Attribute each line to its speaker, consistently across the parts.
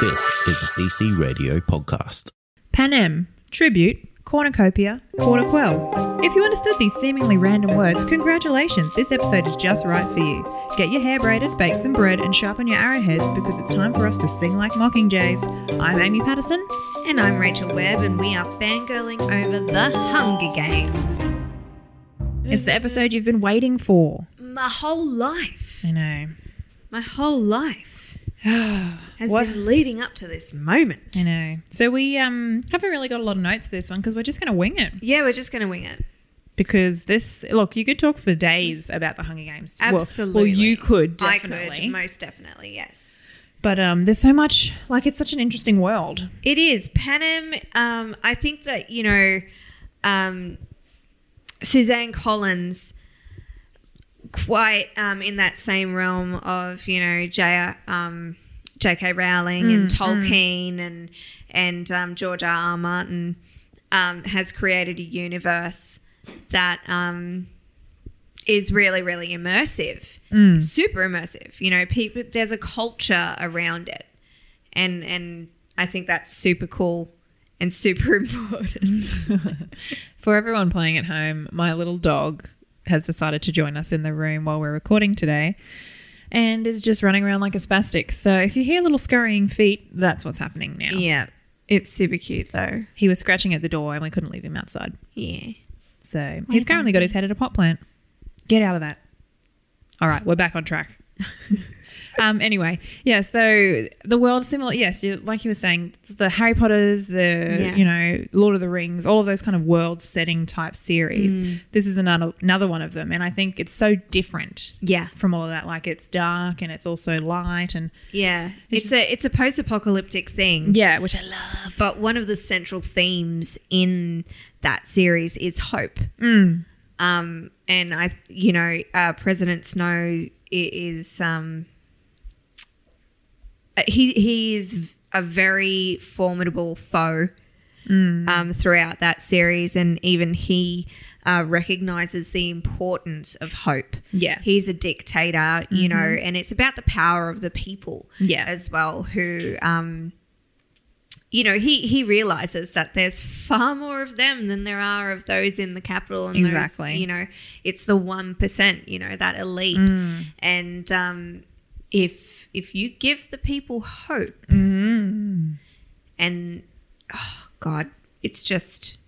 Speaker 1: This is a CC Radio podcast.
Speaker 2: Pan Am, Tribute, Cornucopia, Quarter Quell. If you understood these seemingly random words, congratulations, this episode is just right for you. Get your hair braided, bake some bread, and sharpen your arrowheads because it's time for us to sing like mockingjays. I'm Amy Patterson.
Speaker 3: And I'm Rachel Webb, and we are fangirling over the Hunger Games.
Speaker 2: It's the episode you've been waiting for.
Speaker 3: My whole life,
Speaker 2: I know.
Speaker 3: my whole life has
Speaker 2: What-
Speaker 3: been leading up to this moment.
Speaker 2: I know. So we um, haven't really got a lot of notes for this one because we're just going to wing it.
Speaker 3: Yeah, we're just going to wing it.
Speaker 2: Because this, look, you could talk for days about the Hunger Games. Well-
Speaker 3: Absolutely.
Speaker 2: Well, you could
Speaker 3: I
Speaker 2: definitely.
Speaker 3: could, most definitely, yes.
Speaker 2: But um, there's so much, like, it's such an interesting world.
Speaker 3: It is. Panem, um, I think that, you know, um, Suzanne Collins, quite um, in that same realm of, you know, J. Um, J.K. Rowling and Tolkien and and um, George R. R. Martin um, has created a universe that um, is really really immersive, super immersive. You know, people there's a culture around it, and and I think that's super cool and super important.
Speaker 2: For everyone playing at home, my little dog has decided to join us in the room while we're recording today and is just running around like a spastic. So if you hear little scurrying feet, that's what's happening now.
Speaker 3: yeah, it's super cute though.
Speaker 2: He was scratching at the door and we couldn't leave him outside.
Speaker 3: Yeah.
Speaker 2: So he's currently got his head at a pot plant. Get out of that. All right, we're back on track. um, anyway, yeah. So the world similar, yes. You, like you were saying, it's the Harry Potter's, the
Speaker 3: Yeah.
Speaker 2: you know Lord of the Rings, all of those kind of world setting type series. This is another another one of them, and I think it's so different
Speaker 3: Yeah.
Speaker 2: from all of that. Like it's dark and it's also light, and
Speaker 3: Yeah. It's a it's a post-apocalyptic thing.
Speaker 2: yeah, which I love.
Speaker 3: But one of the central themes in that series is hope.
Speaker 2: Mm.
Speaker 3: Um, and I, you know, uh, President Snow i- is um, uh, he he is a very formidable foe
Speaker 2: Mm.
Speaker 3: um, throughout that series, and even he uh, recognizes the importance of hope.
Speaker 2: Yeah. Mm-hmm.
Speaker 3: he's a dictator, you know, and it's about the power of the people.
Speaker 2: Yeah.
Speaker 3: as well, who. Um, you know, he, he realizes that there's far more of them than there are of those in the capital. And
Speaker 2: Exactly.
Speaker 3: Those, you know, it's the one percent. You know, that elite.
Speaker 2: Mm.
Speaker 3: And um, if if you give the people hope,
Speaker 2: Mm.
Speaker 3: and oh god, it's just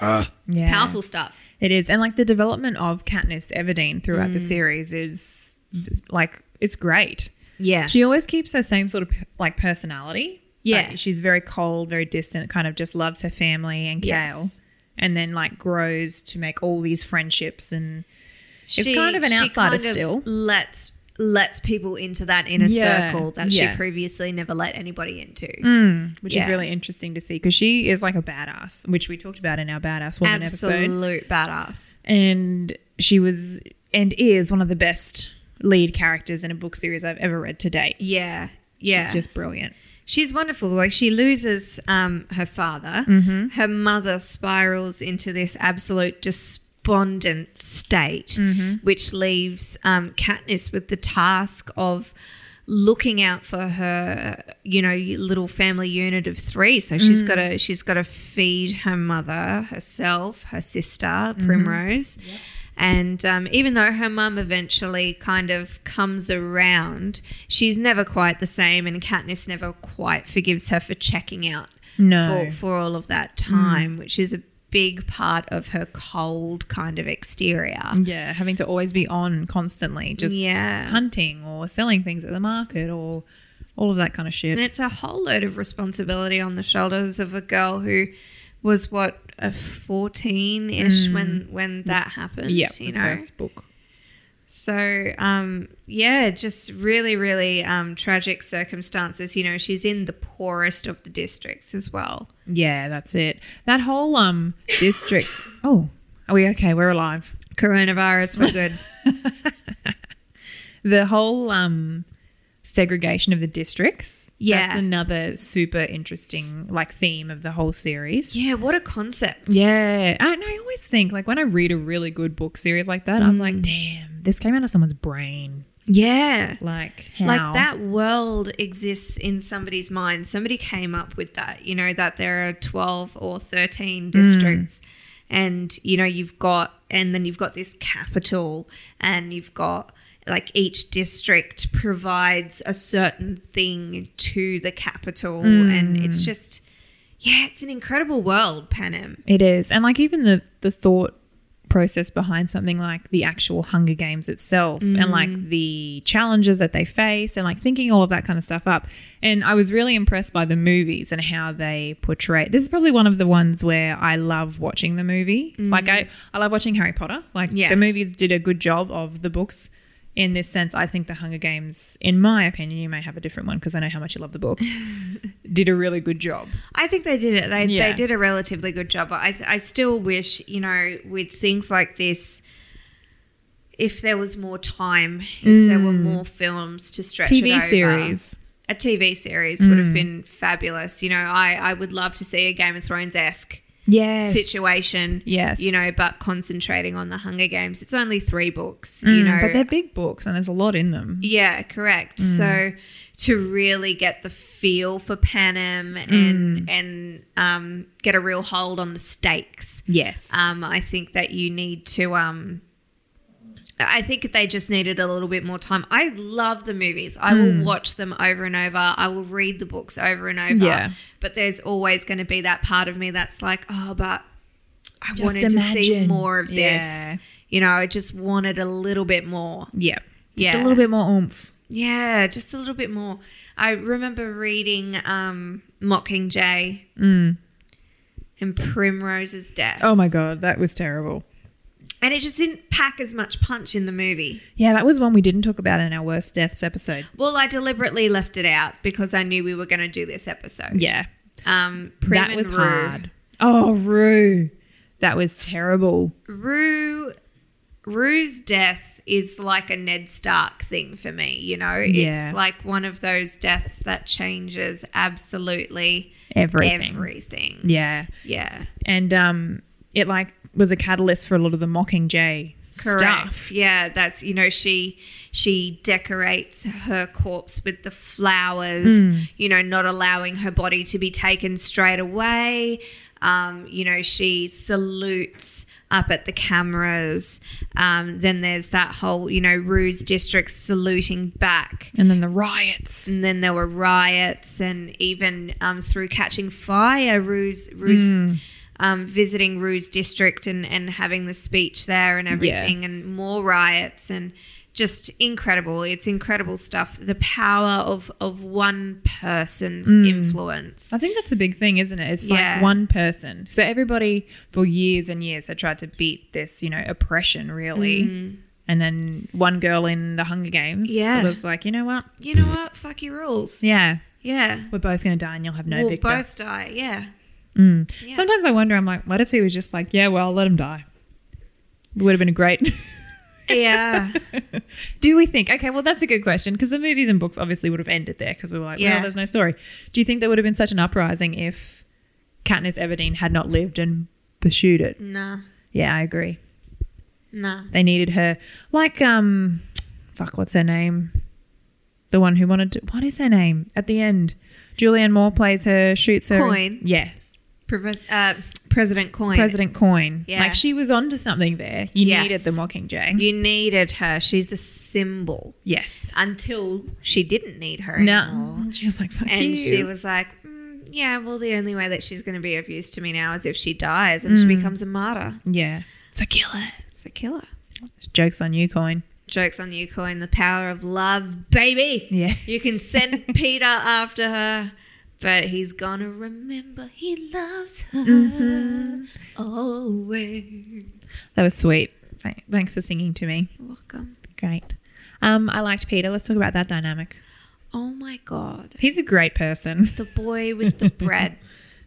Speaker 3: it's
Speaker 2: Yeah.
Speaker 3: powerful stuff.
Speaker 2: It is, and like the development of Katniss Everdeen throughout the series is is, like it's great.
Speaker 3: Yeah,
Speaker 2: She always keeps her same sort of like personality.
Speaker 3: Yeah.
Speaker 2: Like, she's very cold, very distant, kind of just loves her family and Kale.
Speaker 3: Yes.
Speaker 2: And then like grows to make all these friendships and it's kind of an outsider still.
Speaker 3: Let's lets people into that inner
Speaker 2: Yeah,
Speaker 3: circle that
Speaker 2: yeah. Mm.
Speaker 3: she previously never let anybody into.
Speaker 2: which is
Speaker 3: Mm, Yeah.
Speaker 2: really interesting to see because she is like a badass, which we talked about in our badass woman episode.
Speaker 3: Absolute badass.
Speaker 2: And she was and is one of the best lead characters in a book series I've ever read to date.
Speaker 3: Yeah, yeah.
Speaker 2: It's just brilliant.
Speaker 3: She's wonderful. Like she loses um, her father. Her mother spirals into this absolute despondent state, which leaves um, Katniss with the task of looking out for her, you know, little family unit of three. So she's got to she's got to feed her mother, herself, her sister Primrose. And um, even though her mum eventually kind of comes around, she's never quite the same, and Katniss never quite forgives her for checking out
Speaker 2: No. Mm.
Speaker 3: for, for all of that time, which is a big part of her cold kind of exterior.
Speaker 2: Yeah, having to always be on constantly, just
Speaker 3: Yeah.
Speaker 2: hunting or selling things at the market or all of that kind of shit.
Speaker 3: And it's a whole load of responsibility on the shoulders of a girl who was what a fourteen ish when when that happened.
Speaker 2: Mm. Yeah,
Speaker 3: you
Speaker 2: the
Speaker 3: know.
Speaker 2: first book.
Speaker 3: So, um, yeah, just really, really um, tragic circumstances. You know, she's in the poorest of the districts as well.
Speaker 2: Yeah, that's it. That whole um district. Oh, are we okay? We're alive.
Speaker 3: Coronavirus for good.
Speaker 2: The whole um segregation of the districts.
Speaker 3: Yeah.
Speaker 2: that's another super interesting like theme of the whole series.
Speaker 3: yeah, what a concept.
Speaker 2: Yeah, and I
Speaker 3: Mm.
Speaker 2: always think like when I read a really good book series like that, I'm like, damn, this came out of someone's brain.
Speaker 3: Yeah.
Speaker 2: Like how?
Speaker 3: Like that world exists in somebody's mind. Somebody came up with that, you know, that there are 12 or 13 districts. And, you know, you've got, and then you've got this capital, and you've got like each district provides a certain thing to the capital. And it's just, yeah, it's an incredible world, Panem.
Speaker 2: It is. And like even the the thought process behind something like the actual Hunger Games itself and
Speaker 3: Mm.
Speaker 2: like the challenges that they face and like thinking all of that kind of stuff up. And I was really impressed by the movies and how they portray. This is probably one of the ones where I love watching the movie. Like I I love watching Harry Potter. Like
Speaker 3: Mm. Yeah.
Speaker 2: the movies did a good job of the books. In this sense, I think the Hunger Games, in my opinion, you may have a different one because I know how much you love the books, did a really good job.
Speaker 3: I think they did it. They,
Speaker 2: Yeah.
Speaker 3: they did a relatively good job. I, I still wish, you know, with things like this, if there was more time, if there were more films to stretch it
Speaker 2: TV
Speaker 3: over.
Speaker 2: Mm. series. Mm.
Speaker 3: a TV series would have been fabulous. You know, I, I would love to see a Game of Thrones esque
Speaker 2: Yes.
Speaker 3: situation.
Speaker 2: Yes.
Speaker 3: you know, but concentrating on the Hunger Games. It's only three books. you know,
Speaker 2: Mm, but they're big books and there's a lot in them.
Speaker 3: yeah, correct.
Speaker 2: Mm.
Speaker 3: So to really get the feel for Panem
Speaker 2: Mm.
Speaker 3: and and um, get a real hold on the stakes,
Speaker 2: Yes.
Speaker 3: um, I think that you need to. Um, I think they just needed a little bit more time. I love the movies. I
Speaker 2: Mm.
Speaker 3: will watch them over and over. I will read the books over and over.
Speaker 2: Yeah.
Speaker 3: But there's always going to be that part of me that's like, oh, but I
Speaker 2: Just
Speaker 3: wanted to see
Speaker 2: imagine."
Speaker 3: more of
Speaker 2: Yeah.
Speaker 3: this. You know, I just wanted a little bit more.
Speaker 2: yeah. Just a
Speaker 3: yeah.
Speaker 2: little bit more oomph.
Speaker 3: Yeah, just a little bit more. I remember reading um, Mockingjay
Speaker 2: Mm.
Speaker 3: and Primrose's Death,
Speaker 2: Oh my god, that was terrible.
Speaker 3: and it just didn't pack as much punch in the movie.
Speaker 2: Yeah, that was one we didn't talk about in our worst deaths episode.
Speaker 3: Well, I deliberately left it out because I knew we were going to do this episode.
Speaker 2: Yeah.
Speaker 3: Um, Prim
Speaker 2: that was
Speaker 3: and Rue.
Speaker 2: hard. Oh, Rue. That was terrible.
Speaker 3: Rue, Rue's death is like a Ned Stark thing for me. You know,
Speaker 2: Yeah.
Speaker 3: it's like one of those deaths that changes absolutely
Speaker 2: Everything.
Speaker 3: everything.
Speaker 2: Yeah.
Speaker 3: yeah.
Speaker 2: And um it like was a catalyst for a lot of the Mockingjay
Speaker 3: Correct.
Speaker 2: stuff.
Speaker 3: Yeah, that's you know she she decorates her corpse with the flowers. You know, not allowing her body to be taken straight away. Um, you know, she salutes up at the cameras. Um, then there's that whole you know Ruse district saluting back.
Speaker 2: And then the riots.
Speaker 3: And then there were riots, and even um, through catching fire, Ruse, Ruse
Speaker 2: Hmm.
Speaker 3: um, visiting Ruse district and, and having the speech there and everything, and more riots, and just incredible. It's incredible stuff. The power of, of one person's
Speaker 2: Hmm.
Speaker 3: influence.
Speaker 2: I think that's a big thing, isn't it? It's like
Speaker 3: Yeah.
Speaker 2: one person. So everybody for years and years had tried to beat this, you know, oppression really. And then one girl in the Hunger Games
Speaker 3: Mm. Yeah.
Speaker 2: was like, you know what?
Speaker 3: You know what? Fuck your rules.
Speaker 2: Yeah,
Speaker 3: Yeah.
Speaker 2: we're both going to die and you'll have no
Speaker 3: we'll
Speaker 2: victor.
Speaker 3: both die. Yeah. yeah.
Speaker 2: Sometimes I wonder, I'm like, what if he was just like, yeah, well, let him die? It would have been great.
Speaker 3: Yeah.
Speaker 2: Do we think, okay, well, that's a good question because the movies and books obviously would have ended there because we were like, well,
Speaker 3: Yeah.
Speaker 2: there's no story. Do you think there would have been such an uprising if Katniss Everdeen had not lived and pursued it?
Speaker 3: nah.
Speaker 2: Yeah, I agree.
Speaker 3: Nah.
Speaker 2: They needed her, like um, fuck, what's her name? The one who wanted to. What is her name? At the end, Julianne Moore plays her, shoots her.
Speaker 3: Coin.
Speaker 2: Yeah,
Speaker 3: Profes- uh, President Coin.
Speaker 2: President Coin.
Speaker 3: Yeah.
Speaker 2: Like she was onto something there. You
Speaker 3: Yes.
Speaker 2: needed the Mockingjay.
Speaker 3: You needed her. She's a symbol.
Speaker 2: yes.
Speaker 3: until she didn't need her anymore.
Speaker 2: No. She was like, fuck
Speaker 3: And
Speaker 2: you.
Speaker 3: she was like, mm, yeah, well, the only way that she's going to be of use to me now is if she dies and she
Speaker 2: Mm.
Speaker 3: becomes a martyr.
Speaker 2: yeah. So kill her.
Speaker 3: So kill her.
Speaker 2: Jokes on you, Coin.
Speaker 3: Joke's on you, Coin. The power of love, baby.
Speaker 2: Yeah.
Speaker 3: You can send Peter after her, but he's going to remember he loves her
Speaker 2: Mm-hmm.
Speaker 3: always.
Speaker 2: That was sweet. Thank- Thanks for singing to me.
Speaker 3: You're welcome.
Speaker 2: Great. Um, I liked Peter. Let's talk about that dynamic.
Speaker 3: Oh my God.
Speaker 2: He's a great person.
Speaker 3: The boy with the bread.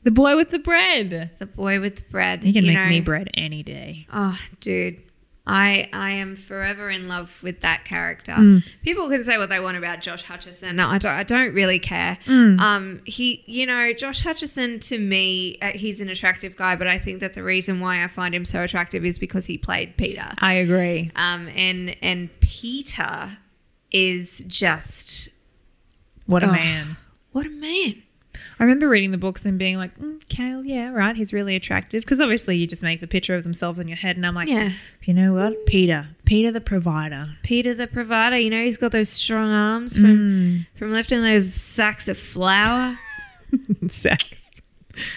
Speaker 2: The boy with the bread.
Speaker 3: The boy with the bread.
Speaker 2: He can
Speaker 3: you
Speaker 2: make me
Speaker 3: know.
Speaker 2: bread any day.
Speaker 3: Oh, dude. I I am forever in love with that character.
Speaker 2: Mm.
Speaker 3: People can say what they want about Josh Hutcherson. I don't, I don't really care.
Speaker 2: Mm.
Speaker 3: Um, he, you know, Josh Hutcherson to me, uh, he's an attractive guy, but I think that the reason why I find him so attractive is because he played Peter.
Speaker 2: I agree.
Speaker 3: Um, and and Um, Peter is just
Speaker 2: What a
Speaker 3: Oh.
Speaker 2: man.
Speaker 3: what a man.
Speaker 2: I remember reading the books and being like, mm, Kale, yeah, right, he's really attractive. Because obviously you just make the picture of themselves in your head. And I'm like,
Speaker 3: Yeah.
Speaker 2: you know what? Peter. Peter the provider.
Speaker 3: Peter the provider, you know, he's got those strong arms
Speaker 2: Mm.
Speaker 3: from from lifting those sacks of flour.
Speaker 2: Sex.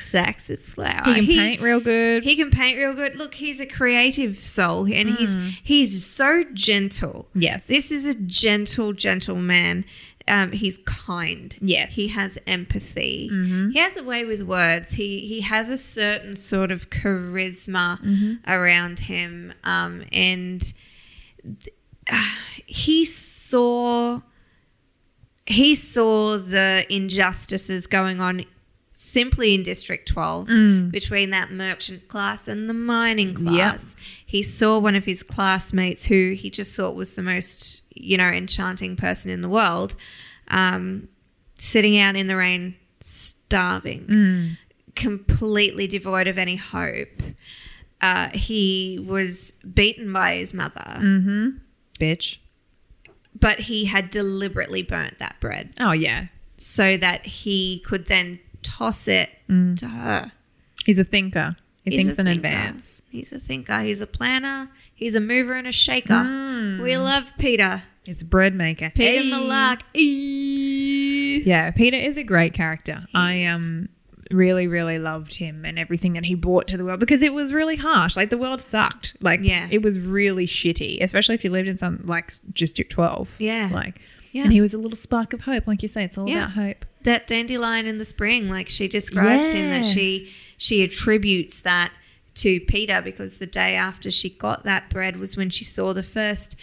Speaker 3: sacks of flour.
Speaker 2: He can paint real good.
Speaker 3: Uh, He can paint real good. Look, he's a creative soul, and he's he's so gentle.
Speaker 2: yes.
Speaker 3: This is a gentle, gentle man. Um, he's kind.
Speaker 2: Yes.
Speaker 3: He has empathy. He has a way with words. He he has a certain sort of charisma around him, um, and th- he saw he saw the injustices going on simply in District 12 between that merchant class and the mining class. He saw one of his classmates who he just thought was the most, you know, enchanting person in the world um, sitting out in the rain, starving,
Speaker 2: Mm.
Speaker 3: completely devoid of any hope. Uh, he was beaten by his mother,
Speaker 2: Mm. Mm-hmm. Bitch.
Speaker 3: but he had deliberately burnt that bread
Speaker 2: Oh, yeah.
Speaker 3: so that he could then toss it to her.
Speaker 2: He's a thinker. Mm. He
Speaker 3: He's
Speaker 2: thinks
Speaker 3: a
Speaker 2: in
Speaker 3: thinker.
Speaker 2: advance.
Speaker 3: He's a thinker. He's a planner. He's a mover and a shaker.
Speaker 2: Mm.
Speaker 3: We love Peter.
Speaker 2: He's a bread maker.
Speaker 3: Peter
Speaker 2: Hey.
Speaker 3: Malak. Eee.
Speaker 2: Yeah, Peter is a great character. I
Speaker 3: is.
Speaker 2: um really really loved him and everything that he brought to the world because it was really harsh. Like the world sucked. Like
Speaker 3: Yeah.
Speaker 2: it was really shitty, especially if you lived in some like s- District 12.
Speaker 3: Yeah.
Speaker 2: Like
Speaker 3: Yeah.
Speaker 2: and he was a little spark of hope, like you say, it's all
Speaker 3: Yeah.
Speaker 2: about hope.
Speaker 3: That dandelion in the spring, like she describes him, that
Speaker 2: Yeah.
Speaker 3: she she attributes that to Peter because the day after she got that bread was when she saw the first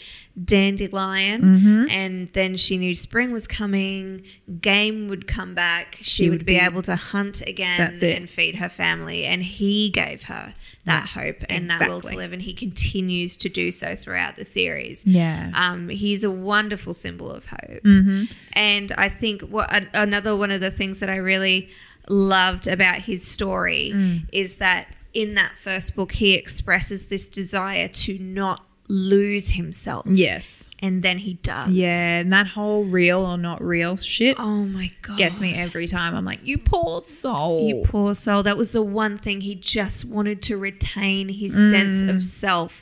Speaker 3: dandelion
Speaker 2: Mm-hmm.
Speaker 3: and then she knew spring was coming, game would come back, she, would,
Speaker 2: would
Speaker 3: be,
Speaker 2: be-
Speaker 3: able to hunt again
Speaker 2: That's it.
Speaker 3: and feed her family. And he gave her that hope and that will to
Speaker 2: exactly.
Speaker 3: live and he continues to do so throughout the series.
Speaker 2: Yeah.
Speaker 3: Um, he's a wonderful symbol of hope.
Speaker 2: Mm-hmm.
Speaker 3: And I think what an- another one of the things that I really loved about his story
Speaker 2: Mm.
Speaker 3: is that in that first book, he expresses this desire to not lose himself.
Speaker 2: Yes.
Speaker 3: And then he does.
Speaker 2: Yeah, and that whole real or not real shit
Speaker 3: Oh my God.
Speaker 2: gets me every time. I'm like, "You poor soul."
Speaker 3: You poor soul. That was the one thing he just wanted to retain his
Speaker 2: Mm.
Speaker 3: sense of self.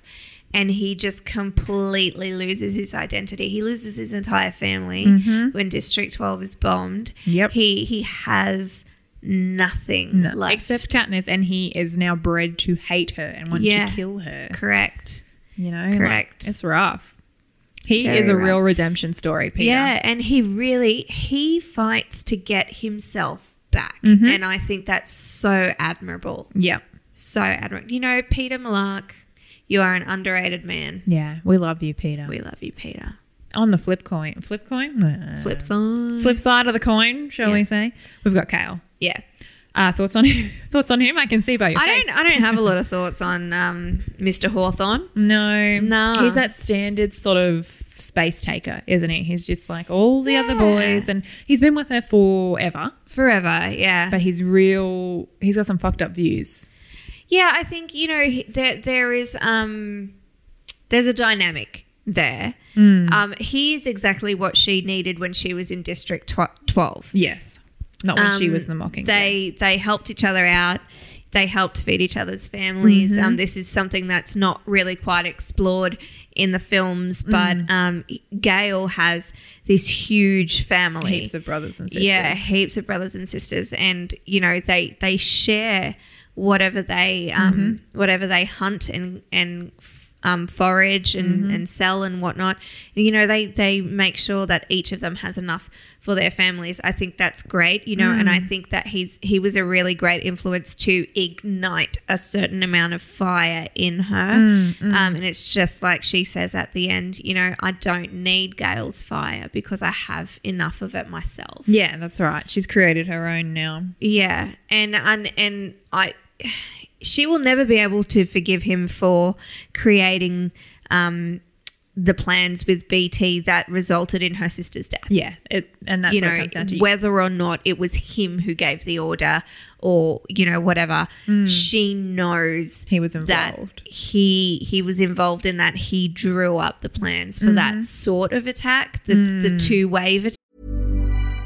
Speaker 3: And he just completely loses his identity. He loses his entire family when District 12 is bombed.
Speaker 2: Mm-hmm. Yep.
Speaker 3: He he has nothing
Speaker 2: No,
Speaker 3: left.
Speaker 2: except Katniss, and he is now bred to hate her and want
Speaker 3: Yeah.
Speaker 2: to kill her.
Speaker 3: correct.
Speaker 2: You know, like,
Speaker 3: Correct.
Speaker 2: it's rough. He
Speaker 3: Very
Speaker 2: is a real
Speaker 3: rough.
Speaker 2: redemption story, Peter.
Speaker 3: Yeah, and he really he fights to get himself back.
Speaker 2: Mm-hmm.
Speaker 3: And I think that's so admirable.
Speaker 2: Yep.
Speaker 3: So admirable. You know, Peter Malark, you are an underrated man.
Speaker 2: Yeah. We love you, Peter.
Speaker 3: We love you, Peter.
Speaker 2: On the flip coin, flip coin, Uh,
Speaker 3: Flip phone.
Speaker 2: flip side of the coin, shall
Speaker 3: Yeah.
Speaker 2: we say? We've got Kale.
Speaker 3: Yeah.
Speaker 2: Uh, thoughts on him? thoughts on him? I can see by your
Speaker 3: I
Speaker 2: face.
Speaker 3: don't I don't have a lot of thoughts on um, Mr. Hawthorne.
Speaker 2: No,
Speaker 3: Nah.
Speaker 2: He's that standard sort of space taker, isn't he? He's just like all the other boys, and he's been with her forever.
Speaker 3: Forever, yeah.
Speaker 2: But he's real. He's got some fucked up views.
Speaker 3: yeah, I think, you know, he- there there is um there's a dynamic there.
Speaker 2: Hmm.
Speaker 3: Um he is exactly what she needed when she was in District Tw- 12.
Speaker 2: Yes, not when she
Speaker 3: Um,
Speaker 2: was the mocking.
Speaker 3: They they helped each other out. They helped feed each other's families.
Speaker 2: Mm-hmm.
Speaker 3: Um, this is something that's not really quite explored in the films, but
Speaker 2: Mm.
Speaker 3: um, Gail has this huge family.
Speaker 2: heaps of brothers and sisters.
Speaker 3: Yeah, heaps of brothers and sisters, and you know they they share whatever they um,
Speaker 2: Mm-hmm.
Speaker 3: whatever they hunt and and f- um, forage and,
Speaker 2: Mm-hmm.
Speaker 3: and sell and whatnot. You know they they make sure that each of them has enough for their families. I think that's great. You know, and
Speaker 2: Mm.
Speaker 3: I think that he's he was a really great influence to ignite a certain amount of fire in her.
Speaker 2: Mm,
Speaker 3: Um, and it's just like she says at the end. You know, I don't need Gail's fire because I have enough of it myself.
Speaker 2: Yeah, that's right. She's created her own now.
Speaker 3: Yeah, and and and I, she will never be able to forgive him for creating um, the plans with BT that resulted in her sister's death.
Speaker 2: Yeah, it, and that's
Speaker 3: you
Speaker 2: what it
Speaker 3: know,
Speaker 2: comes down to.
Speaker 3: whether or not it was him who gave the order or, you know, whatever, she knows
Speaker 2: Mm. He was
Speaker 3: that
Speaker 2: involved.
Speaker 3: he he was involved in that he drew up the plans for
Speaker 2: Mm-hmm.
Speaker 3: that sort of attack, the, the
Speaker 2: Mm.
Speaker 3: two wave attack.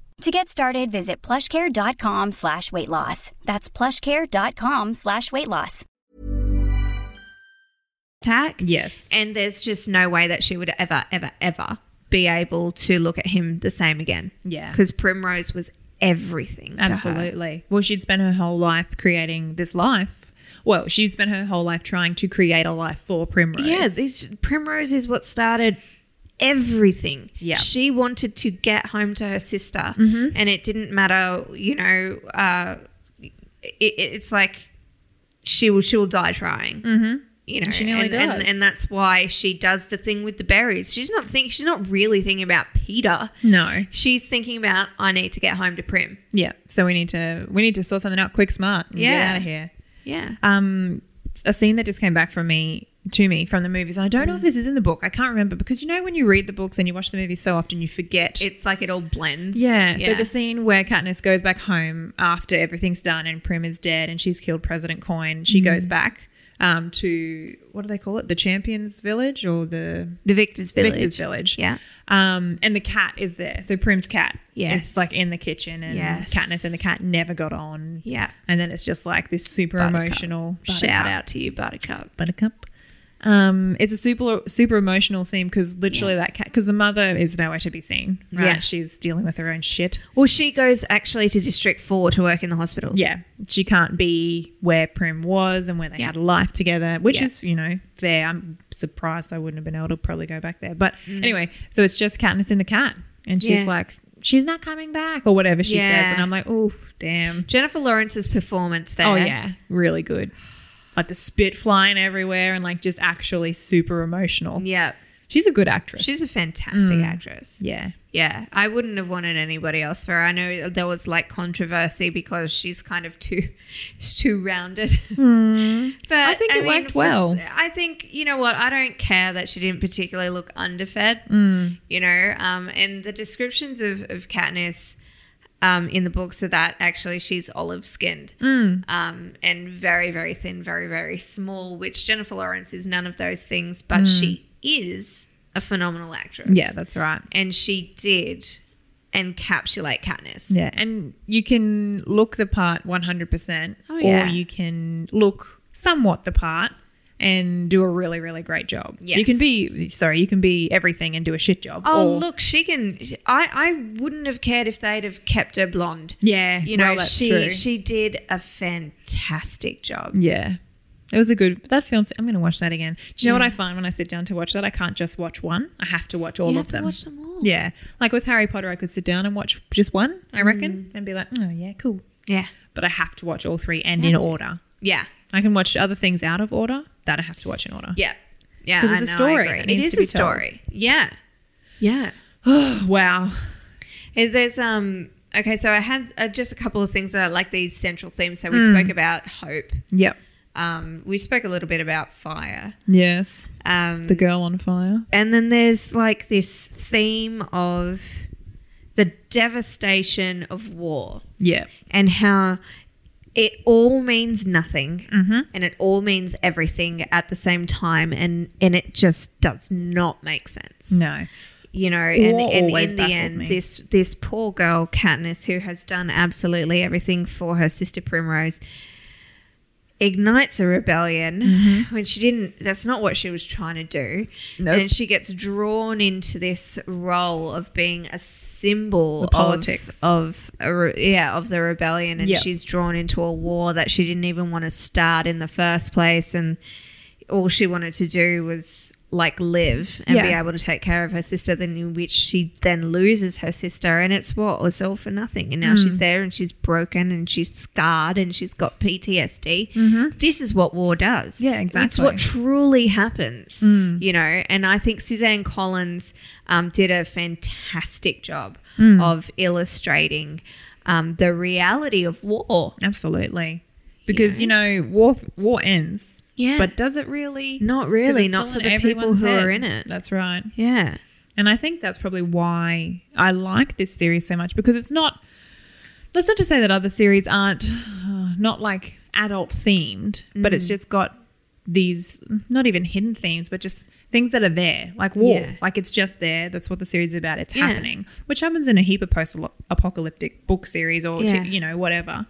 Speaker 4: To get started, visit plushcare.com slash weight loss. That's plushcare.com slash weight loss.
Speaker 3: attack.
Speaker 2: yes.
Speaker 3: And there's just no way that she would ever, ever, ever be able to look at him the same again.
Speaker 2: Yeah.
Speaker 3: Because Primrose was everything. to her.
Speaker 2: Absolutely. Well, she'd spent her whole life creating this life. Well, she spent her whole life trying to create a life for Primrose.
Speaker 3: Yeah, this, Primrose is what started everything.
Speaker 2: Yeah. Mm-hmm.
Speaker 3: She wanted to get home to her sister, and it didn't matter, you know, uh, it, it's like she will, she will die trying. Mm-hmm. You know,
Speaker 2: She nearly
Speaker 3: and, and,
Speaker 2: does.
Speaker 3: and that's why she does the thing with the berries. She's not think she's not really thinking about Peter.
Speaker 2: No.
Speaker 3: She's thinking about I need to get home to Prim.
Speaker 2: Yeah. So we need to we need to sort something out quick, smart. And Get
Speaker 3: Yeah.
Speaker 2: out of here.
Speaker 3: Yeah.
Speaker 2: um, a scene that just came back from me to me from the movies. And I don't know
Speaker 3: Mm.
Speaker 2: if this is in the book. I can't remember because you know when you read the books and you watch the movies so often you forget.
Speaker 3: it's like it all blends.
Speaker 2: yeah, So the scene where Katniss goes back home after everything's done and Prim is dead and she's killed President Coin. She
Speaker 3: Mm.
Speaker 2: goes back um, to what do they call it? The Champions Village or the
Speaker 3: the Victor's Village.
Speaker 2: Victor's Village.
Speaker 3: Yeah.
Speaker 2: Um, and the cat is there. So Prim's cat
Speaker 3: Yes.
Speaker 2: is like in the kitchen and
Speaker 3: Yes.
Speaker 2: Katniss and the cat never got on.
Speaker 3: Yeah.
Speaker 2: And then it's just like this super
Speaker 3: Buttercup.
Speaker 2: emotional
Speaker 3: Shout out to you, Buttercup.
Speaker 2: Buttercup. Um, it's a super super emotional theme because literally that cat because the mother is nowhere to be seen. Right?
Speaker 3: Yeah.
Speaker 2: she's dealing with her own shit.
Speaker 3: Well, she goes actually to District 4 to work in the hospitals.
Speaker 2: Yeah, she can't be where Prim was and where they
Speaker 3: Yeah.
Speaker 2: had a life together, which
Speaker 3: Yeah.
Speaker 2: is you know fair. I'm surprised I wouldn't have been able to probably go back there, but anyway. So it's just Katniss and the cat, and she's
Speaker 3: Mm. Yeah.
Speaker 2: like, she's not coming back or whatever she
Speaker 3: Yeah.
Speaker 2: says, and I'm like, oh damn,
Speaker 3: Jennifer Lawrence's performance there.
Speaker 2: oh yeah, really good. Like the spit flying everywhere and like just actually super emotional.
Speaker 3: Yeah.
Speaker 2: She's a good actress.
Speaker 3: She's a fantastic actress.
Speaker 2: Yeah.
Speaker 3: Yeah. I wouldn't have wanted anybody else for her. I know there was like controversy because she's kind of too she's too rounded. but I
Speaker 2: Hmm. think it worked
Speaker 3: for-
Speaker 2: well.
Speaker 3: I think, you know what, I don't care that she didn't particularly look underfed.
Speaker 2: Hmm.
Speaker 3: You know, um, and the descriptions of, of Katniss um, in the books are that actually she's olive skinned
Speaker 2: Hmm.
Speaker 3: um, and very, very thin, very, very small, which Jennifer Lawrence is none of those things, but she is a phenomenal actress.
Speaker 2: Hmm. Yeah, that's right.
Speaker 3: and she did encapsulate Katniss.
Speaker 2: Yeah. And you can look the part 100%,
Speaker 3: Oh, yeah.
Speaker 2: or you can look somewhat the part and do a really, really great job. You
Speaker 3: Yes.
Speaker 2: can be, sorry, you can be everything and do a shit job.
Speaker 3: Oh,
Speaker 2: or-
Speaker 3: look, she can. I, I wouldn't have cared if they'd have kept her blonde.
Speaker 2: Yeah.
Speaker 3: You know,
Speaker 2: well, that's
Speaker 3: she
Speaker 2: true. Mm,
Speaker 3: she did a fantastic job.
Speaker 2: Yeah. It was a good that film. I'm going to watch that again. Do you know what I find when I sit down to watch that? I can't just watch one. I have to watch all
Speaker 3: You
Speaker 2: of
Speaker 3: have to
Speaker 2: them.
Speaker 3: watch them all.
Speaker 2: Yeah, like with Harry Potter, I could sit down and watch just one. I reckon,
Speaker 3: Mm.
Speaker 2: and be like, oh yeah, cool.
Speaker 3: Yeah.
Speaker 2: But I have to watch all three and in order.
Speaker 3: Yeah.
Speaker 2: I can watch other things out of order that I have to watch in order.
Speaker 3: Yeah. Yeah.
Speaker 2: 'Cause it's
Speaker 3: I
Speaker 2: a
Speaker 3: know, I
Speaker 2: story.
Speaker 3: agree.
Speaker 2: It
Speaker 3: It
Speaker 2: needs
Speaker 3: is
Speaker 2: to
Speaker 3: a
Speaker 2: be told.
Speaker 3: story. Yeah. Yeah.
Speaker 2: Wow.
Speaker 3: Is There's um okay, so I had uh, just a couple of things that I like these central themes. So we
Speaker 2: Hmm.
Speaker 3: spoke about hope.
Speaker 2: Yep.
Speaker 3: Um, we spoke a little bit about fire.
Speaker 2: Yes.
Speaker 3: Um,
Speaker 2: The girl on fire.
Speaker 3: and then there's like this theme of the devastation of war
Speaker 2: Yep.
Speaker 3: and how it all means nothing and it all means everything at the same time and and it just does not make sense
Speaker 2: No.
Speaker 3: you know, and,
Speaker 2: War
Speaker 3: and
Speaker 2: always
Speaker 3: in the
Speaker 2: baffled
Speaker 3: end,
Speaker 2: me.
Speaker 3: this this poor girl Katniss, who has done absolutely everything for her sister Primrose, ignites a rebellion when she didn't. That's not what she was trying to do,
Speaker 2: Mm-hmm. Nope.
Speaker 3: and she gets drawn into this role of being a symbol
Speaker 2: The politics.
Speaker 3: of, of a re- yeah of the rebellion, and
Speaker 2: Yeah.
Speaker 3: she's drawn into a war that she didn't even want to start in the first place, and all she wanted to do was like live and be
Speaker 2: Yeah.
Speaker 3: able to take care of her sister then in which she then loses her sister and it's what it's all for nothing and now she's there and she's broken and she's scarred and she's got ptsd this is what war does
Speaker 2: Yeah,
Speaker 3: it's what
Speaker 2: exactly. Mm.
Speaker 3: truly happens you know and i think suzanne collins um, did a fantastic job
Speaker 2: Mm.
Speaker 3: of illustrating um, the reality of war
Speaker 2: Absolutely. Because, you know, war war ends.
Speaker 3: Yeah.
Speaker 2: But does it really?
Speaker 3: Not
Speaker 2: 'Cause
Speaker 3: really,
Speaker 2: it's
Speaker 3: not
Speaker 2: still
Speaker 3: for
Speaker 2: in
Speaker 3: the people
Speaker 2: everyone's
Speaker 3: who are
Speaker 2: head.
Speaker 3: in it.
Speaker 2: That's right.
Speaker 3: yeah
Speaker 2: And I think that's probably why I like this series so much because it's not. That's not to say that other series aren't uh, not like adult themed, but
Speaker 3: Mm.
Speaker 2: it's just got these not even hidden themes, but just things that are there, like war.
Speaker 3: Yeah.
Speaker 2: Like it's just there. That's what the series is about. It's
Speaker 3: Yeah.
Speaker 2: happening, which happens in a heap of post apocalyptic book series or,
Speaker 3: Yeah.
Speaker 2: t- you know, whatever.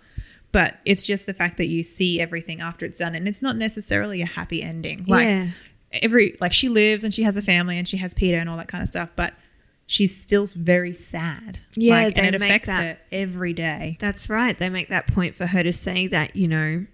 Speaker 2: But it's just the fact that you see everything after it's done and it's not necessarily a happy ending. Like,
Speaker 3: Yeah.
Speaker 2: every like she lives and she has a family and she has Peter and all that kind of stuff, but she's still very sad.
Speaker 3: Yeah,
Speaker 2: like,
Speaker 3: they
Speaker 2: and it
Speaker 3: make
Speaker 2: affects
Speaker 3: that-
Speaker 2: her every day.
Speaker 3: That's right. They make that point for her to say that, you know,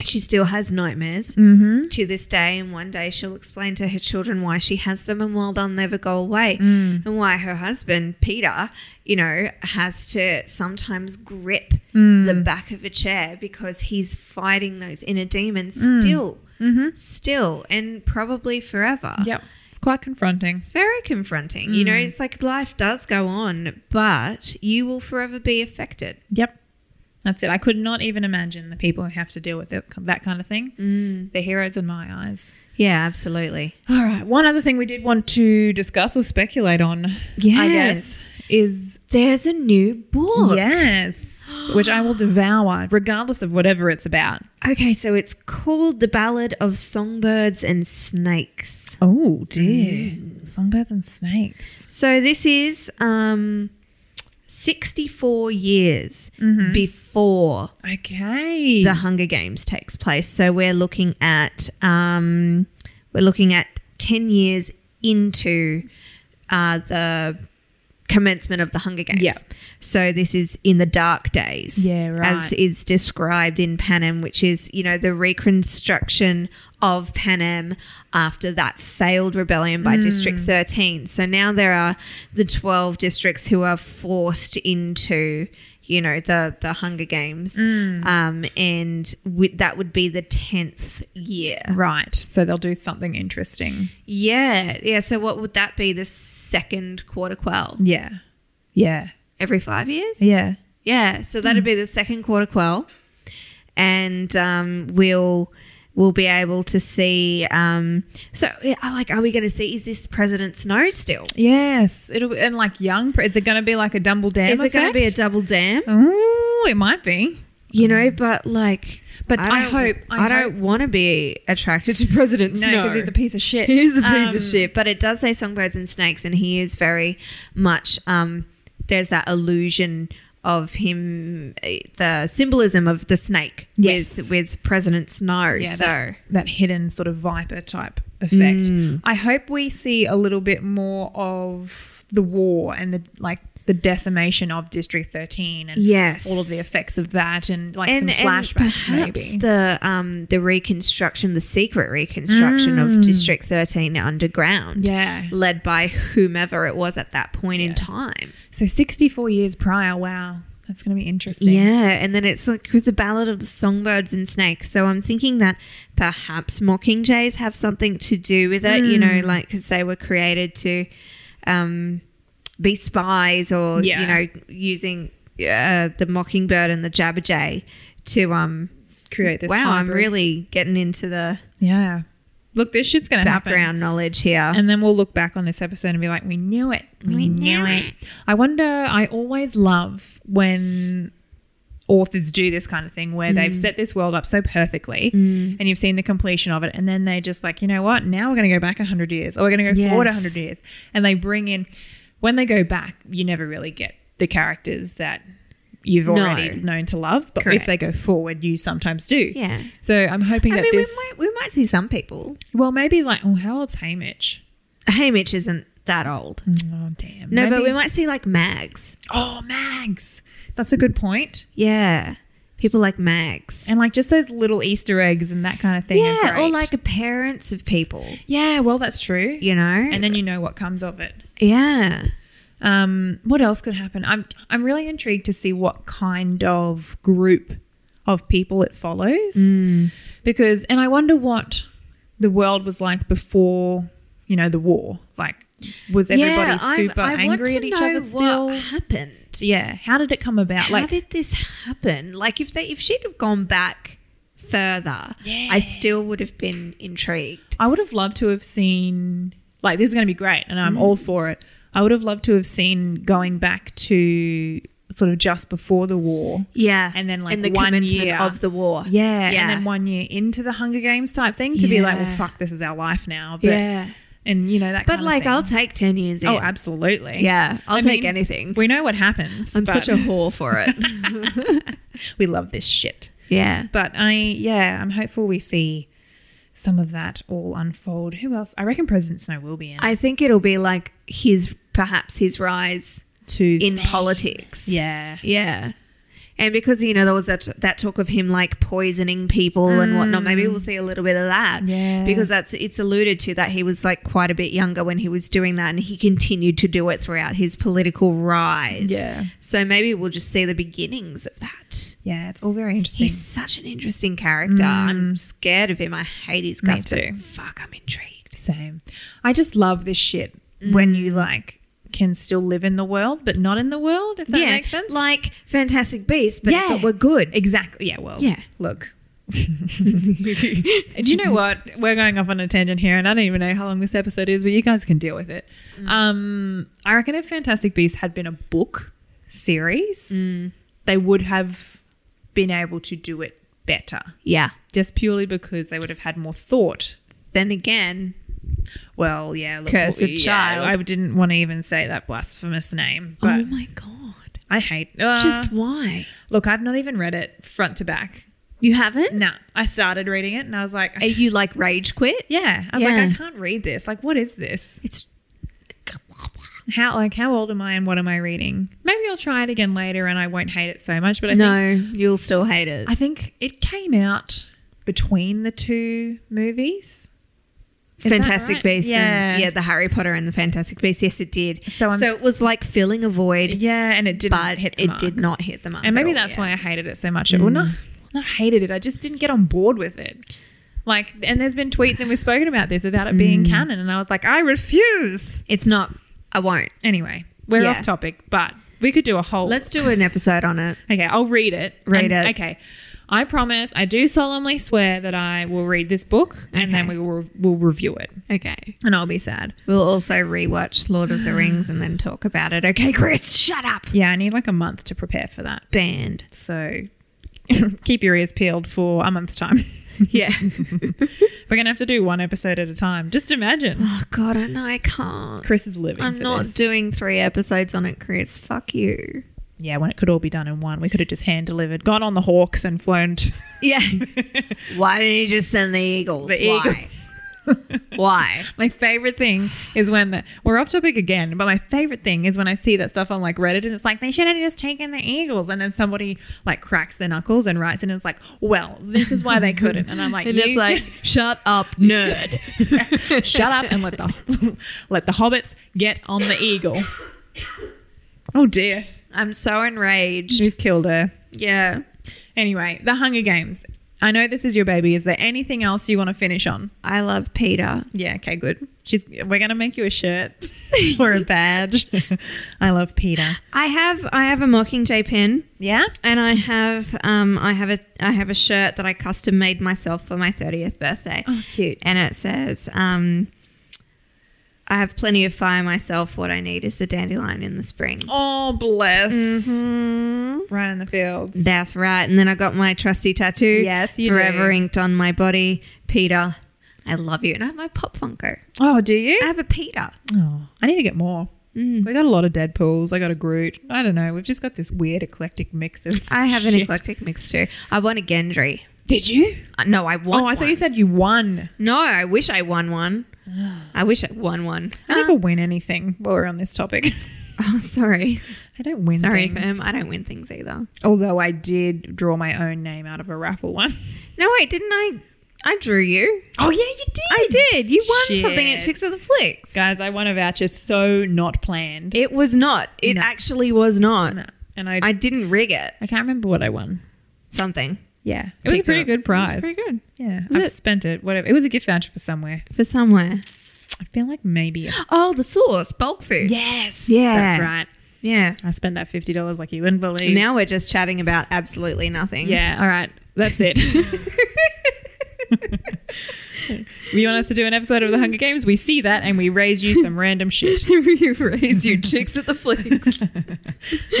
Speaker 3: she still has nightmares to this day. And one day she'll explain to her children why she has them and why they'll never go away. And why her husband, Peter, you know, has to sometimes grip the back of a chair because he's fighting those inner demons still, still, and probably forever
Speaker 2: Yep, it's quite confronting.
Speaker 3: very confronting. You know, it's like life does go on, but you will forever be affected.
Speaker 2: Yep, that's it. I could not even imagine the people who have to deal with it, that kind of thing. Mm. They're heroes in my eyes.
Speaker 3: Yeah, absolutely.
Speaker 2: All right. One other thing we did want to discuss or speculate on, I
Speaker 3: Yes.
Speaker 2: guess, is
Speaker 3: There's a new book.
Speaker 2: yes, which I will devour regardless of whatever it's about.
Speaker 3: Okay, so it's called The Ballad of Songbirds and Snakes.
Speaker 2: Oh dear, songbirds and snakes.
Speaker 3: So this is um 64 years
Speaker 2: Mm-hmm.
Speaker 3: before
Speaker 2: Okay.
Speaker 3: the Hunger Games takes place. So we're looking at um, we're looking at ten years into uh, the commencement of the Hunger Games.
Speaker 2: Yeah.
Speaker 3: So this is in the dark days.
Speaker 2: Yeah, right.
Speaker 3: As is described in Panem, which is you know the reconstruction of Panem after that failed rebellion by District Thirteen. So now there are the twelve districts who are forced into you know the the Hunger Games, um, and wi- that would be the tenth year.
Speaker 2: right. So they'll do something interesting.
Speaker 3: Yeah, yeah. So what would that be? The second quarter quell
Speaker 2: Yeah. Yeah.
Speaker 3: every five years.
Speaker 2: Yeah.
Speaker 3: Yeah, so that'd be the second quarter quell, and um, we'll we'll be able to see. Um, so, yeah, I like, are we going to see? Is this President Snow still?
Speaker 2: Yes. It'll be, and like young. pre- Is it going to be like a Dumble Dam?
Speaker 3: is it going to be a
Speaker 2: effect?
Speaker 3: double dam?
Speaker 2: Ooh, it might be.
Speaker 3: You know, but like,
Speaker 2: But I
Speaker 3: don't-
Speaker 2: hope- I
Speaker 3: I, don't want to be attracted to President
Speaker 2: No,
Speaker 3: Snow
Speaker 2: because he's a piece of shit.
Speaker 3: He is a piece
Speaker 2: Um,
Speaker 3: of shit, but it does say songbirds and snakes, and he is very much. Um, there's that illusion of him, eh, the symbolism of the snake
Speaker 2: Yes.
Speaker 3: with with President Snow. so
Speaker 2: that, that hidden sort of viper type effect.
Speaker 3: Mm.
Speaker 2: I hope we see a little bit more of the war and the like the decimation of District 13 and
Speaker 3: Yes.
Speaker 2: all of the effects of that and like some flashbacks
Speaker 3: perhaps
Speaker 2: maybe.
Speaker 3: the um the reconstruction, the secret reconstruction of District Thirteen underground,
Speaker 2: Mm. Yeah.
Speaker 3: led by whomever it was at that point in time.
Speaker 2: so 64 years prior, wow. That's going to be interesting.
Speaker 3: Yeah, and then it's like it was a ballad of the songbirds and snakes. So I'm thinking that perhaps mocking jays have something to do with it. You
Speaker 2: Hmm.
Speaker 3: know, like because they were created to um, be spies, or
Speaker 2: Yeah.
Speaker 3: you know, using uh, the mockingbird and the jabberjay to um.
Speaker 2: create this.
Speaker 3: wow, I'm
Speaker 2: hybrid.
Speaker 3: really getting into the
Speaker 2: yeah. Look, this shit's gonna happen.
Speaker 3: background knowledge here.
Speaker 2: And then we'll look back on this episode and be like, we knew it. We, knew, it. I wonder, I always love when authors do this kind of thing where
Speaker 3: Mm.
Speaker 2: they've set this world up so perfectly and you've seen the completion of it. And then they just like, you know what? Now we're going to go back 100 years or we're going to go forward forward
Speaker 3: Yes.
Speaker 2: 100 years. And they bring in, when they go back, you never really get the characters that you've
Speaker 3: No.
Speaker 2: already known to love. But if they
Speaker 3: Correct.
Speaker 2: go forward, you sometimes do.
Speaker 3: Yeah.
Speaker 2: So I'm hoping that
Speaker 3: I mean,
Speaker 2: this.
Speaker 3: we might we might see some people.
Speaker 2: Well, maybe like, oh, how old's Hamish?
Speaker 3: Hamish isn't that old.
Speaker 2: Oh, damn.
Speaker 3: No, but
Speaker 2: Maybe-
Speaker 3: we might see like Mags.
Speaker 2: Oh, Mags. That's a good point.
Speaker 3: Yeah. people like Max.
Speaker 2: And like just those little Easter eggs and that kind of thing. are
Speaker 3: yeah, or
Speaker 2: great.
Speaker 3: like parents of people,
Speaker 2: yeah, well, that's true.
Speaker 3: you know?
Speaker 2: And then you know what comes of it.
Speaker 3: yeah.
Speaker 2: Um, what else could happen? I'm I'm really intrigued to see what kind of group of people it follows
Speaker 3: Mm.
Speaker 2: because, and I wonder what the world was like before you know the war. Like, was everybody
Speaker 3: yeah, I'm-
Speaker 2: super
Speaker 3: I want
Speaker 2: angry
Speaker 3: to
Speaker 2: at each
Speaker 3: know
Speaker 2: other still?
Speaker 3: What happened?
Speaker 2: Yeah, how did it come about?
Speaker 3: How
Speaker 2: like,
Speaker 3: did this happen? Like if they if she'd have gone back further, I still would have been intrigued.
Speaker 2: I would have loved to have seen like this is going to be great, and I'm
Speaker 3: Mm.
Speaker 2: all for it. I would have loved to have seen going back to sort of just before the war.
Speaker 3: Yeah,
Speaker 2: And then, like,
Speaker 3: and the
Speaker 2: one
Speaker 3: commencement
Speaker 2: year.
Speaker 3: of the war.
Speaker 2: Yeah,
Speaker 3: yeah,
Speaker 2: and then one year into the Hunger Games type thing to be like, well,
Speaker 3: Yeah.
Speaker 2: fuck, this is our life now. But,
Speaker 3: yeah.
Speaker 2: and you know that.
Speaker 3: But
Speaker 2: kind
Speaker 3: like, I'll
Speaker 2: of thing.
Speaker 3: take ten years.
Speaker 2: oh,
Speaker 3: in.
Speaker 2: absolutely,
Speaker 3: Yeah, I'll
Speaker 2: I
Speaker 3: take
Speaker 2: mean,
Speaker 3: anything.
Speaker 2: We know what happens.
Speaker 3: I'm
Speaker 2: but
Speaker 3: such a whore for it.
Speaker 2: we love this shit.
Speaker 3: yeah.
Speaker 2: But I, yeah, I'm hopeful we see some of that all unfold. Who else? I reckon President Snow will be in
Speaker 3: I think it'll be like his perhaps his rise
Speaker 2: to
Speaker 3: in politics.
Speaker 2: yeah.
Speaker 3: Yeah. And because, you know, there was that, that talk of him like poisoning people and whatnot, maybe we'll see a little bit of that.
Speaker 2: Mm. Yeah.
Speaker 3: Because that's it's alluded to that he was like quite a bit younger when he was doing that and he continued to do it throughout his political rise.
Speaker 2: Yeah.
Speaker 3: So maybe we'll just see the beginnings of that.
Speaker 2: Yeah, it's all very interesting.
Speaker 3: He's such an interesting character. I'm scared of him. I hate his guts,
Speaker 2: Mm. too.
Speaker 3: but fuck, I'm intrigued.
Speaker 2: Same. I just love this shit when you like can still live in the world, but not in the world, if that makes sense.
Speaker 3: Like Fantastic Beasts, but if it were good.
Speaker 2: Exactly. Yeah, well,
Speaker 3: Yeah.
Speaker 2: look. Do you know what? We're going off on a tangent here, and I don't even know how long this episode is, but you guys can deal with it. Um, I reckon if Fantastic Beasts had been a book series, they would have been able to do it better,
Speaker 3: Yeah.
Speaker 2: just purely because they would have had more thought
Speaker 3: Then again,
Speaker 2: Oh Well, yeah, look,
Speaker 3: Cursed
Speaker 2: yeah,
Speaker 3: child.
Speaker 2: I didn't want to even say that blasphemous name, but
Speaker 3: oh my God.
Speaker 2: I hate. Uh,
Speaker 3: Just why?
Speaker 2: look, I've not even read it front to back.
Speaker 3: You haven't?
Speaker 2: Nah, I started reading it and I was like,
Speaker 3: Are you like rage quit?
Speaker 2: yeah, I was
Speaker 3: Yeah.
Speaker 2: like, I can't read this. Like, what is this?
Speaker 3: It's
Speaker 2: How like how old am I and what am I reading? Maybe I'll try it again later and I won't hate it so much. But I think
Speaker 3: no, you'll still hate it.
Speaker 2: I think it came out between the two movies. Is that
Speaker 3: Fantastic
Speaker 2: right?
Speaker 3: Beasts,
Speaker 2: Yeah.
Speaker 3: and yeah, the Harry Potter and the Fantastic Beasts. Yes, it did.
Speaker 2: So I'm-
Speaker 3: so it was like filling a void,
Speaker 2: Yeah, and it didn't
Speaker 3: but
Speaker 2: hit the
Speaker 3: it
Speaker 2: mark.
Speaker 3: did not hit the mark.
Speaker 2: and
Speaker 3: at
Speaker 2: maybe
Speaker 3: all, Mm.
Speaker 2: that's
Speaker 3: yeah.
Speaker 2: why I hated it so much. Well, not not hated it. I just didn't get on board with it. Like, and there's been tweets, and we've spoken about this about it
Speaker 3: Mm.
Speaker 2: being canon, and I was like, I refuse.
Speaker 3: it's not. I won't.
Speaker 2: Anyway, we're
Speaker 3: Yeah.
Speaker 2: off topic, but we could do a whole.
Speaker 3: Let's do an episode on it.
Speaker 2: okay, I'll read it.
Speaker 3: Read
Speaker 2: And-
Speaker 3: it.
Speaker 2: Okay, I promise. I do solemnly swear that I will read this book, and then we
Speaker 3: Okay.
Speaker 2: will we'll review it,
Speaker 3: Okay.
Speaker 2: and I'll be sad.
Speaker 3: We'll also rewatch Lord of the Rings and then talk about it. Okay, Chris, shut up.
Speaker 2: Yeah, I need like a month to prepare for that.
Speaker 3: Banned.
Speaker 2: So keep your ears peeled for a month's time.
Speaker 3: Yeah.
Speaker 2: We're gonna have to do one episode at a time. Just imagine.
Speaker 3: oh God, I know I can't.
Speaker 2: Chris is living.
Speaker 3: I'm
Speaker 2: for
Speaker 3: not
Speaker 2: this.
Speaker 3: doing three episodes on it, Chris. Fuck you.
Speaker 2: Yeah, when it could all be done in one, we could have just hand delivered, gone on the hawks and flown. To-
Speaker 3: Yeah. Why didn't you just send the Eagles?
Speaker 2: The
Speaker 3: Why? Why?
Speaker 2: my favorite thing is when the we're off topic again, but my favorite thing is when I see that stuff on like Reddit and it's like they should have just taken the eagles, and then somebody like cracks their knuckles and writes and it's like, well, this is why they couldn't, and I'm like,
Speaker 3: And
Speaker 2: you
Speaker 3: it's like, shut up, nerd.
Speaker 2: shut up and let the let the hobbits get on the eagle. Oh dear,
Speaker 3: I'm so enraged.
Speaker 2: we've killed her.
Speaker 3: Yeah.
Speaker 2: Anyway, the Hunger Games. I know this is your baby. Is there anything else you want to finish on?
Speaker 3: I love Peter.
Speaker 2: Yeah, okay, good. She's we're gonna make you a shirt or a badge. I love Peter.
Speaker 3: I have I have a Mockingjay pin
Speaker 2: Yeah?
Speaker 3: and I have um I have a I have a shirt that I custom made myself for my 30th birthday.
Speaker 2: Oh cute.
Speaker 3: And it says um I have plenty of fire myself. What I need is the dandelion in the spring.
Speaker 2: Oh bless. Right in the fields.
Speaker 3: That's right. And then I got my trusty tattoo.
Speaker 2: Yes, you
Speaker 3: Forever
Speaker 2: do.
Speaker 3: inked on my body. Peter, I love you. And I have my Pop Funko.
Speaker 2: Oh, do
Speaker 3: I
Speaker 2: you? Mm.
Speaker 3: have a Peter.
Speaker 2: Oh, I need to get more. We got a lot of Deadpools. I got a Groot. I don't know. We've just got this weird eclectic mix of.
Speaker 3: I have an
Speaker 2: shit.
Speaker 3: eclectic mix too. I won a Gendry.
Speaker 2: Did you?
Speaker 3: Uh, No, I
Speaker 2: Oh,
Speaker 3: won.
Speaker 2: I thought you said you won.
Speaker 3: No, I wish I won one. I wish I won one.
Speaker 2: I never win anything while we're on this topic.
Speaker 3: Oh, sorry.
Speaker 2: I don't win.
Speaker 3: Sorry,
Speaker 2: things.
Speaker 3: fam. I don't win things either.
Speaker 2: Although I did draw my own name out of a raffle once.
Speaker 3: No, wait, didn't I? I drew you.
Speaker 2: Oh yeah, you did.
Speaker 3: I did. You won something at
Speaker 2: Shit.
Speaker 3: Chicks of the Flicks.
Speaker 2: Guys, I won a voucher so not planned.
Speaker 3: It was not. It
Speaker 2: No.
Speaker 3: actually was not.
Speaker 2: No. And I,
Speaker 3: I
Speaker 2: I
Speaker 3: didn't rig it.
Speaker 2: can't remember what I won.
Speaker 3: Something.
Speaker 2: Yeah. It was a
Speaker 3: Picked
Speaker 2: pretty
Speaker 3: up. It
Speaker 2: good
Speaker 3: was
Speaker 2: prize.
Speaker 3: Pretty good
Speaker 2: Yeah.
Speaker 3: Was
Speaker 2: I've
Speaker 3: it-
Speaker 2: spent it, whatever. It was a gift voucher for somewhere.
Speaker 3: for somewhere.
Speaker 2: I feel like maybe.
Speaker 3: Oh, the sauce, bulk food.
Speaker 2: yes.
Speaker 3: Yeah.
Speaker 2: That's right.
Speaker 3: Yeah.
Speaker 2: I spent that $50 like you wouldn't believe.
Speaker 3: Now we're just chatting about absolutely nothing.
Speaker 2: yeah. All right. That's it. you want us to do an episode of The Hunger Games? We see that and we raise you some random shit.
Speaker 3: we raise you chicks at the flicks.
Speaker 2: Uh,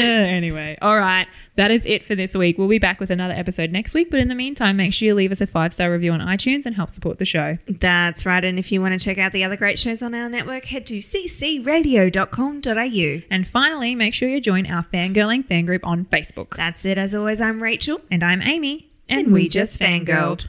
Speaker 2: anyway, all right. That is it for this week. We'll be back with another episode next week. But in the meantime, make sure you leave us a five star review on iTunes and help support the show.
Speaker 3: That's right. And if you want to check out the other great shows on our network, head to ccradio.com.au.
Speaker 2: And finally, make sure you join our fangirling fan group on Facebook.
Speaker 3: That's it. As always, I'm Rachel.
Speaker 2: And I'm Amy.
Speaker 3: And we just fangirled.